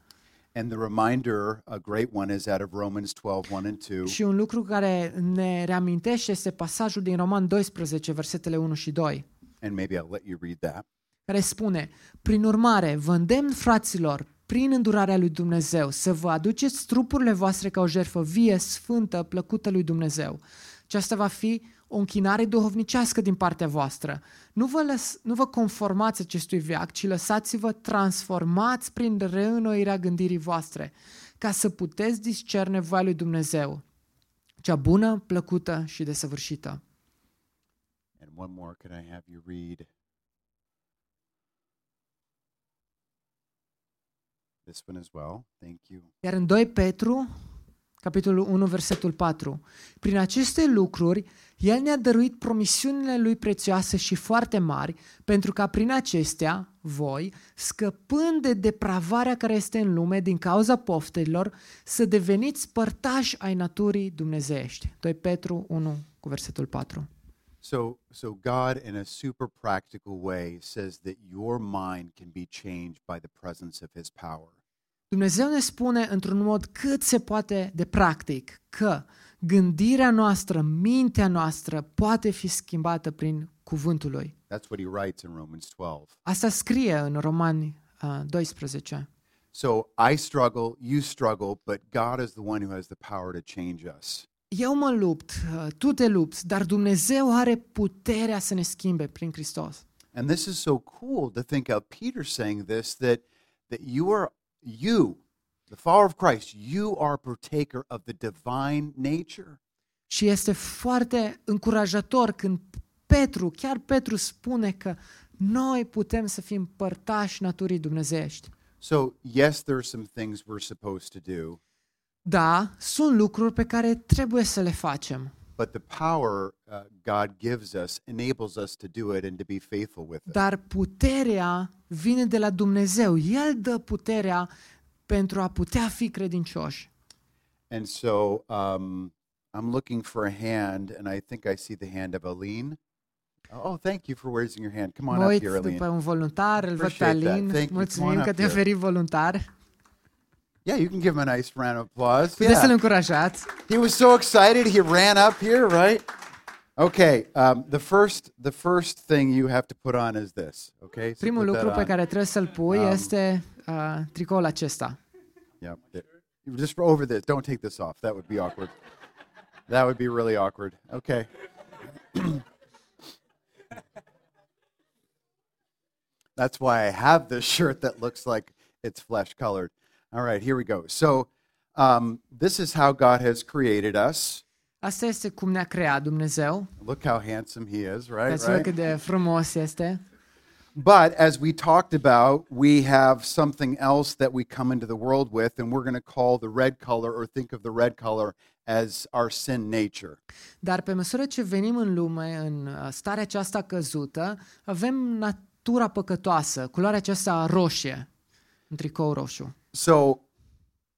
Speaker 2: And the reminder, a great one, is out of Romans 12, 1 and 2.
Speaker 3: Și un lucru care ne reamintește este pasajul din Roman 12, versetele 1 și 2,
Speaker 2: And maybe I'll let you read that.
Speaker 3: care spune, Prin urmare, vă îndemn, fraților, prin îndurarea lui Dumnezeu, să vă aduceți trupurile voastre ca o jertfă vie, sfântă, plăcută lui Dumnezeu. Aceasta va fi o închinare duhovnicească din partea voastră. Nu vă, lăs, nu vă conformați acestui veac, ci lăsați-vă transformați prin reînnoirea gândirii voastre, ca să puteți discerne voia lui Dumnezeu, cea bună, plăcută și desăvârșită.
Speaker 2: And one more, can I have you read? This one as well. Thank you.
Speaker 3: Iar în 2 Petru, capitolul 1, versetul 4, prin aceste lucruri, El ne-a dăruit promisiunile Lui prețioase și foarte mari, pentru ca prin acestea, voi, scăpând de depravarea care este în lume din cauza poftelor, să deveniți părtași ai naturii dumnezeiești. 2 Petru 1, cu versetul 4.
Speaker 2: So, so God, in a super practical way, says that your mind can be changed by the presence of His power.
Speaker 3: Dumnezeu ne spune într-un mod cât se poate de practic că gândirea noastră, mintea noastră poate fi schimbată prin cuvântul lui.
Speaker 2: That's what He writes in Romans 12.
Speaker 3: Asta scrie în Romani uh, 12.
Speaker 2: So I struggle, you struggle, but God is the one who has the power to change us.
Speaker 3: Eu mă lupt, uh, tu te lupți, dar Dumnezeu are puterea să ne schimbe prin Hristos.
Speaker 2: And this is so cool to think of Peter saying this that that you are you, the follower of Christ, you are a partaker of the divine nature.
Speaker 3: Și este foarte încurajator când Petru, chiar Petru spune că noi putem să fim părtași naturii dumnezeiești.
Speaker 2: So yes, there are some things we're supposed to do,
Speaker 3: Da, sunt lucruri pe care trebuie să le facem,
Speaker 2: but the power uh, God gives us enables us to do it and to be faithful with it.
Speaker 3: dar puterea vine de la Dumnezeu. El dă puterea pentru a putea fi credincioși.
Speaker 2: And so um, I'm looking for a hand, and I think I see the hand of Aline. Oh, thank you for raising your hand. Come on
Speaker 3: Mă
Speaker 2: up
Speaker 3: uit
Speaker 2: here, Aline.
Speaker 3: după un voluntar, îl văd pe
Speaker 2: Appreciate that.
Speaker 3: Alin.
Speaker 2: Thank you. Come
Speaker 3: Mulțumim
Speaker 2: on
Speaker 3: că
Speaker 2: up
Speaker 3: te-ai
Speaker 2: here.
Speaker 3: oferit voluntar.
Speaker 2: Yeah, you can give him a nice round of applause.
Speaker 3: Puteți
Speaker 2: Yeah.
Speaker 3: să-l încurajați.
Speaker 2: He was so excited he ran up here, right? Okay. Um, the first the first thing you have to put on is this. Okay. So
Speaker 3: Primul
Speaker 2: put that
Speaker 3: lucru pe
Speaker 2: on.
Speaker 3: care trebuie să-l pui
Speaker 2: Um,
Speaker 3: este uh, tricoul acesta.
Speaker 2: Yep. There. You Just over this. Don't take this off. That would be awkward. that would be really awkward. Okay. [clears throat] That's why I have this shirt that looks like it's flesh colored. All right, here we go. So, um, this is how God has created us.
Speaker 3: Asta este cum ne-a creat Dumnezeu.
Speaker 2: Look how handsome He is, right?
Speaker 3: Dați-vă
Speaker 2: right?
Speaker 3: cât de frumos este.
Speaker 2: But as we talked about, we have something else that we come into the world with, and we're going to call the red color or think of the red color as our sin nature.
Speaker 3: Dar pe măsură ce venim în lume, în uh, starea aceasta căzută, avem natura păcătoasă, culoarea aceasta roșie, un tricou roșu.
Speaker 2: So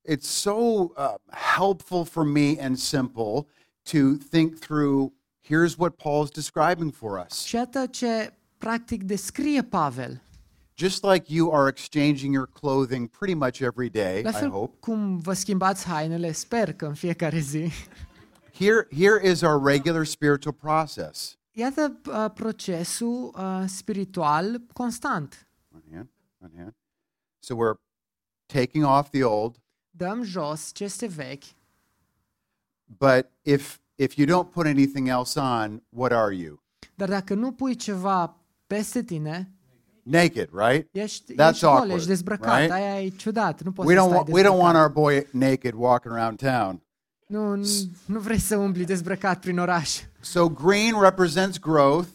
Speaker 2: it's so uh, helpful for me and simple to think through here's what Paul's describing for us.
Speaker 3: Și iată ce practic descrie Pavel.
Speaker 2: Just like you are exchanging your clothing pretty much every day,
Speaker 3: La
Speaker 2: I
Speaker 3: fel
Speaker 2: hope.
Speaker 3: cum vă schimbați hainele, sper că în fiecare zi.
Speaker 2: Here, here is our regular spiritual process.
Speaker 3: Iată uh, procesul uh, spiritual constant.
Speaker 2: One hand, one hand. So we're taking off the old,
Speaker 3: Dăm jos ce este vechi,
Speaker 2: but if if you don't put anything else on, what are you?
Speaker 3: dar dacă nu pui ceva peste tine,
Speaker 2: Naked, right?
Speaker 3: ești,
Speaker 2: That's
Speaker 3: ești gol,
Speaker 2: awkward,
Speaker 3: ești dezbrăcat,
Speaker 2: right?
Speaker 3: aia e ciudat, nu poți
Speaker 2: We
Speaker 3: să
Speaker 2: don't
Speaker 3: stai
Speaker 2: want we don't
Speaker 3: dezbrăcat.
Speaker 2: want our boy naked walking around town.
Speaker 3: Nu, nu- nu vrei să umbli dezbrăcat prin oraș.
Speaker 2: So green represents growth.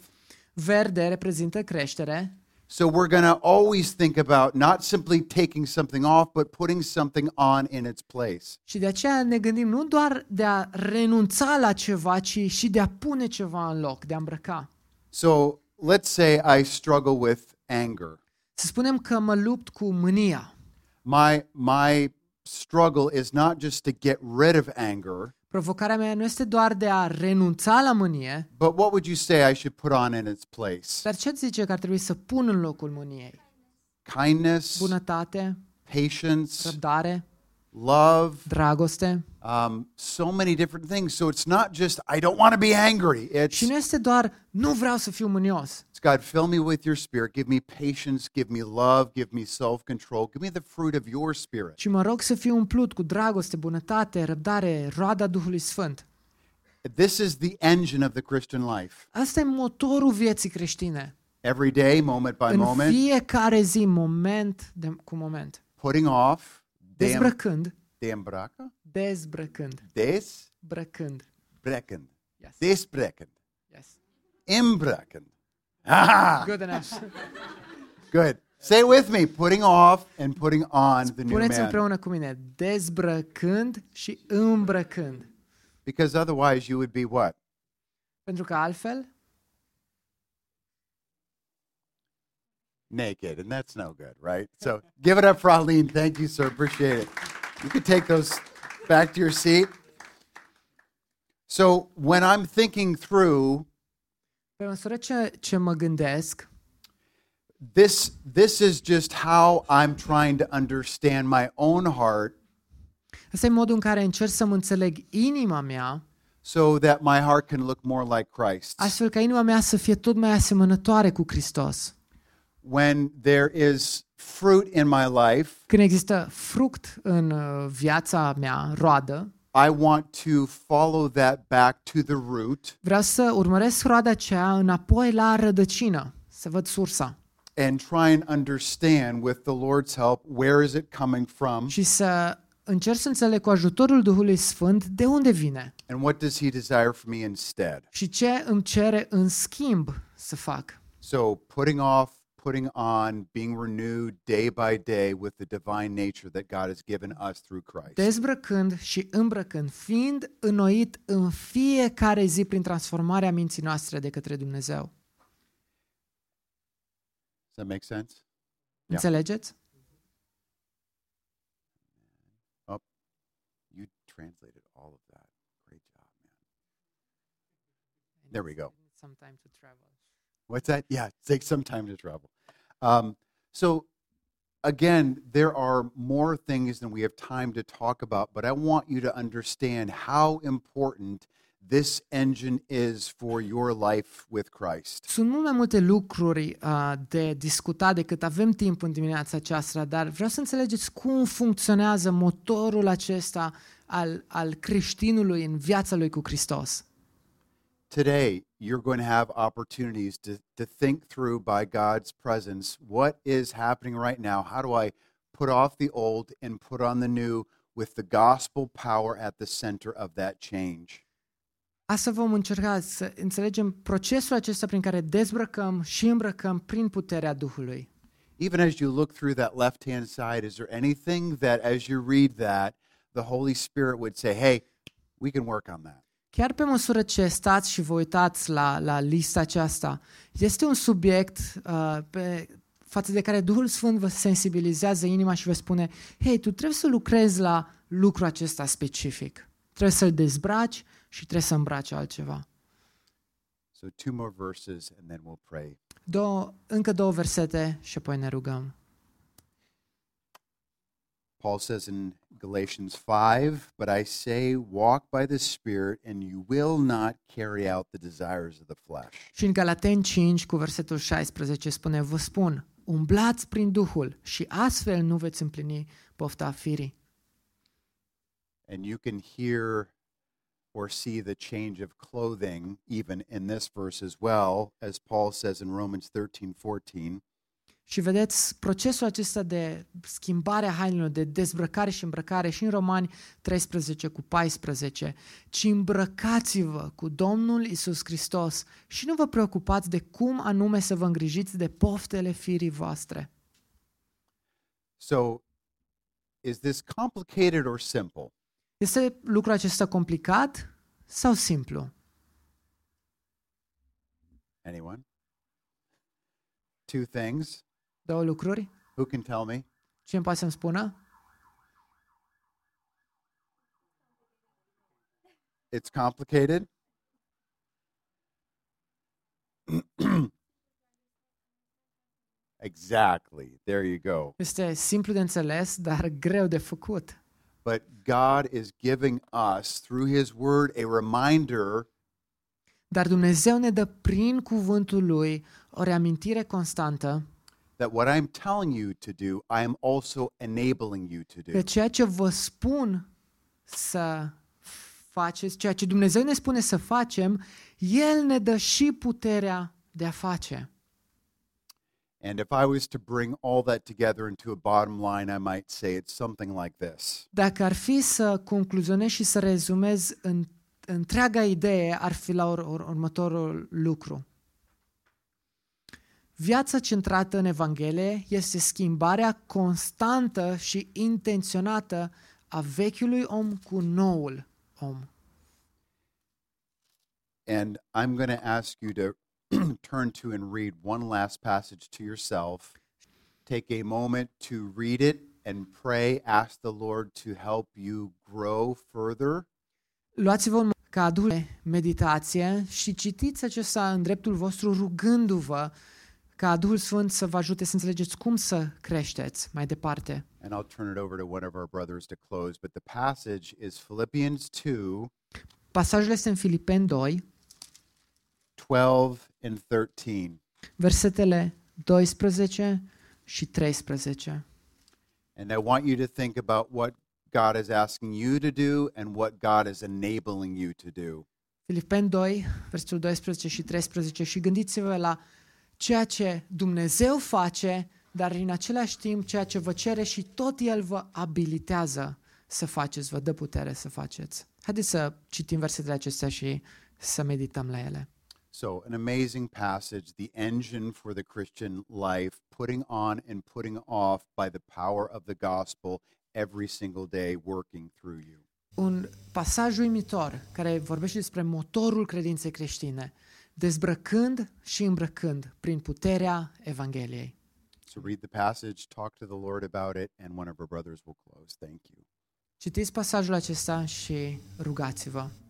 Speaker 3: Verde reprezintă creștere,
Speaker 2: So we're going to always think about not simply taking something off, but putting something on in its place.
Speaker 3: Și de aceea ne gândim nu doar de a renunța la ceva, ci și de a pune ceva în loc, de a îmbrăca.
Speaker 2: So let's say I struggle with anger.
Speaker 3: Să spunem că mă lupt cu mânia.
Speaker 2: My my struggle is not just to get rid of anger,
Speaker 3: Provocarea mea nu este doar de a renunța la mânie,
Speaker 2: But what would you say I should put on in its place?
Speaker 3: dar ce zice că ar trebui să pun în locul mâniei?
Speaker 2: Kindness,
Speaker 3: Bunătate,
Speaker 2: patience,
Speaker 3: răbdare,
Speaker 2: love,
Speaker 3: dragoste.
Speaker 2: um, so many different things. So it's not just, I don't want to be angry. It's,
Speaker 3: Și nu este doar, nu vreau să fiu mânios,
Speaker 2: it's God, fill me with your spirit. Give me patience. Give me love. Give me self control. Give me the fruit of your spirit.
Speaker 3: ci mă rog să fiu umplut cu dragoste, bunătate, răbdare, roada Duhului Sfânt.
Speaker 2: This is the engine of the Christian life.
Speaker 3: Asta e motorul vieții creștine.
Speaker 2: Every day, moment by
Speaker 3: În
Speaker 2: moment,
Speaker 3: fiecare zi, moment de, cu moment.
Speaker 2: putting off. Dem,
Speaker 3: Dezbrăcând,
Speaker 2: dembraca?
Speaker 3: dezbrăcând,
Speaker 2: Desbreckend.
Speaker 3: brăcând. Yes.
Speaker 2: Desbreckend.
Speaker 3: yes.
Speaker 2: Imbreckend. Ah,
Speaker 3: Good
Speaker 2: [laughs]
Speaker 3: enough.
Speaker 2: good. Say it with me, putting off and putting on the new
Speaker 3: Puneți
Speaker 2: man.
Speaker 3: împreună cu mine, dezbrăcând și îmbrăcând.
Speaker 2: Because otherwise you would be what?
Speaker 3: Pentru că altfel,
Speaker 2: naked, and that's no good, right? So give it up for Aline. Thank you, sir. Appreciate it. You can take those back to your seat. So when I'm thinking through
Speaker 3: pe măsură ce, ce mă gândesc,
Speaker 2: this, this is just how I'm trying to understand my own heart
Speaker 3: ăsta e modul în care încerc să-mi înțeleg inima mea,
Speaker 2: so that my heart can look more like Christ.
Speaker 3: astfel ca inima mea să fie tot mai asemănătoare cu Hristos.
Speaker 2: When there is fruit in my life,
Speaker 3: Când există fruct în uh, viața mea, roadă,
Speaker 2: I want to follow that back to the root
Speaker 3: vreau să urmăresc roada aceea înapoi la rădăcină, să văd sursa
Speaker 2: and try and understand with the Lord's help where is it coming from?
Speaker 3: și să încerc să înțeleg cu ajutorul Duhului Sfânt de unde vine
Speaker 2: And what does he desire for me instead?
Speaker 3: și ce îmi cere în schimb să fac.
Speaker 2: So, putting off, putting on, being renewed day by day with the divine nature that God has given us through Christ.
Speaker 3: Dezbrăcând și îmbrăcând, fiind înnoit în fiecare zi prin transformarea minții noastre de către Dumnezeu.
Speaker 2: Does that make sense?
Speaker 3: Înțelegeți?
Speaker 2: You translated all of that. Great job, man. There we go. What's that? Yeah, take some time to travel. Um, so, again, there are more things than we have time to talk about, but I want you to understand how important this engine is for your life with Christ.
Speaker 3: Sunt mult mai multe lucruri uh, de discutat decât avem timp în dimineața aceasta, dar vreau să înțelegeți cum funcționează motorul acesta al, al creștinului în viața lui cu Hristos.
Speaker 2: Today, you're going to have opportunities to, to think through by God's presence what is happening right now. How do I put off the old and put on the new with the gospel power at the center of that change?
Speaker 3: Asta vom încerca să înțelegem procesul acesta prin care dezbrăcăm și îmbrăcăm prin puterea Duhului.
Speaker 2: even as you look through that left hand side, is there anything that as you read that, the Holy Spirit would say, hey, we can work on that?
Speaker 3: Chiar pe măsură ce stați și vă uitați la, la lista aceasta, este un subiect uh, pe, față de care Duhul Sfânt vă sensibilizează inima și vă spune Hei, tu trebuie să lucrezi la lucrul acesta specific. Trebuie să-l dezbraci și trebuie să îmbraci altceva.
Speaker 2: So, two more verses and then we'll pray.
Speaker 3: Două, încă două versete și apoi ne rugăm.
Speaker 2: Paul says in Galatians 5, But I say, walk by the Spirit, and you will not carry out the desires of the flesh.
Speaker 3: Și în Galaten 5, cu versetul 16, spune Vă spun, umblați prin Duhul și astfel nu veți împlini pofta firii.
Speaker 2: And you can hear or see the change of clothing even in this verse as well, as Paul says in Romans 13 14.
Speaker 3: Și vedeți procesul acesta de schimbare a hainelor, de dezbrăcare și îmbrăcare și în Romani 13 cu 14. Ci îmbrăcați-vă cu Domnul Isus Hristos și nu vă preocupați de cum anume să vă îngrijiți de poftele firii voastre.
Speaker 2: So, is this complicated or simple?
Speaker 3: Este lucrul acesta complicat sau simplu?
Speaker 2: Anyone? Two things.
Speaker 3: Două lucruri?
Speaker 2: Who can tell me?
Speaker 3: Cine poate să-mi spună?
Speaker 2: It's complicated. [clears throat] Exactly. There you go.
Speaker 3: Este simplu de înțeles, dar greu de făcut.
Speaker 2: But God is giving us, through His Word, a reminder
Speaker 3: Dar Dumnezeu ne dă prin cuvântul Lui o reamintire constantă
Speaker 2: that what I'm telling you to do, I am also enabling you to
Speaker 3: că
Speaker 2: do.
Speaker 3: ceea ce vă spun să faceți, ceea ce Dumnezeu ne spune să facem, El ne dă și puterea de a face.
Speaker 2: And if I was to bring all that together into a bottom line, I might say it's something like this
Speaker 3: Dacă ar fi să concluzionez și să rezumez în, întreaga idee, ar fi la ur, ur, următorul lucru. Viața centrată în Evanghelie este schimbarea constantă și intenționată a vechiului om cu noul om.
Speaker 2: And I'm going to ask you to [clears throat] turn to and read one last passage to yourself. Take a moment to read it and pray. Ask the Lord to help you grow further.
Speaker 3: Luați-vă un moment ca adule meditație și citiți acesta în dreptul vostru rugându-vă ca Duhul Sfânt să vă ajute să înțelegeți cum să creșteți mai departe.
Speaker 2: And I'll turn it over to one of our brothers to close. But the passage is Philippians 2
Speaker 3: Pasajul este în Filipeni 2,
Speaker 2: 12 and 13.
Speaker 3: versetele 12 și 13.
Speaker 2: And I want you to think about what God is asking you to do and what God is enabling you to do.
Speaker 3: Filipeni 2, versetul 12 și 13 și gândiți-vă la ceea ce Dumnezeu face, dar în același timp ceea ce vă cere și tot El vă abilitează să faceți, vă dă putere să faceți. Haideți să citim versetele acestea și să medităm la ele.
Speaker 2: So, an amazing passage, the engine for the Christian life, putting on and putting off by the power of the gospel every single day, working through you.
Speaker 3: un pasaj uimitor care vorbește despre motorul credinței creștine, dezbrăcând și îmbrăcând prin puterea Evangheliei.
Speaker 2: So, read the passage, talk to the Lord about it, and one of our brothers will close. Thank you.
Speaker 3: Citiți pasajul acesta și rugați-vă.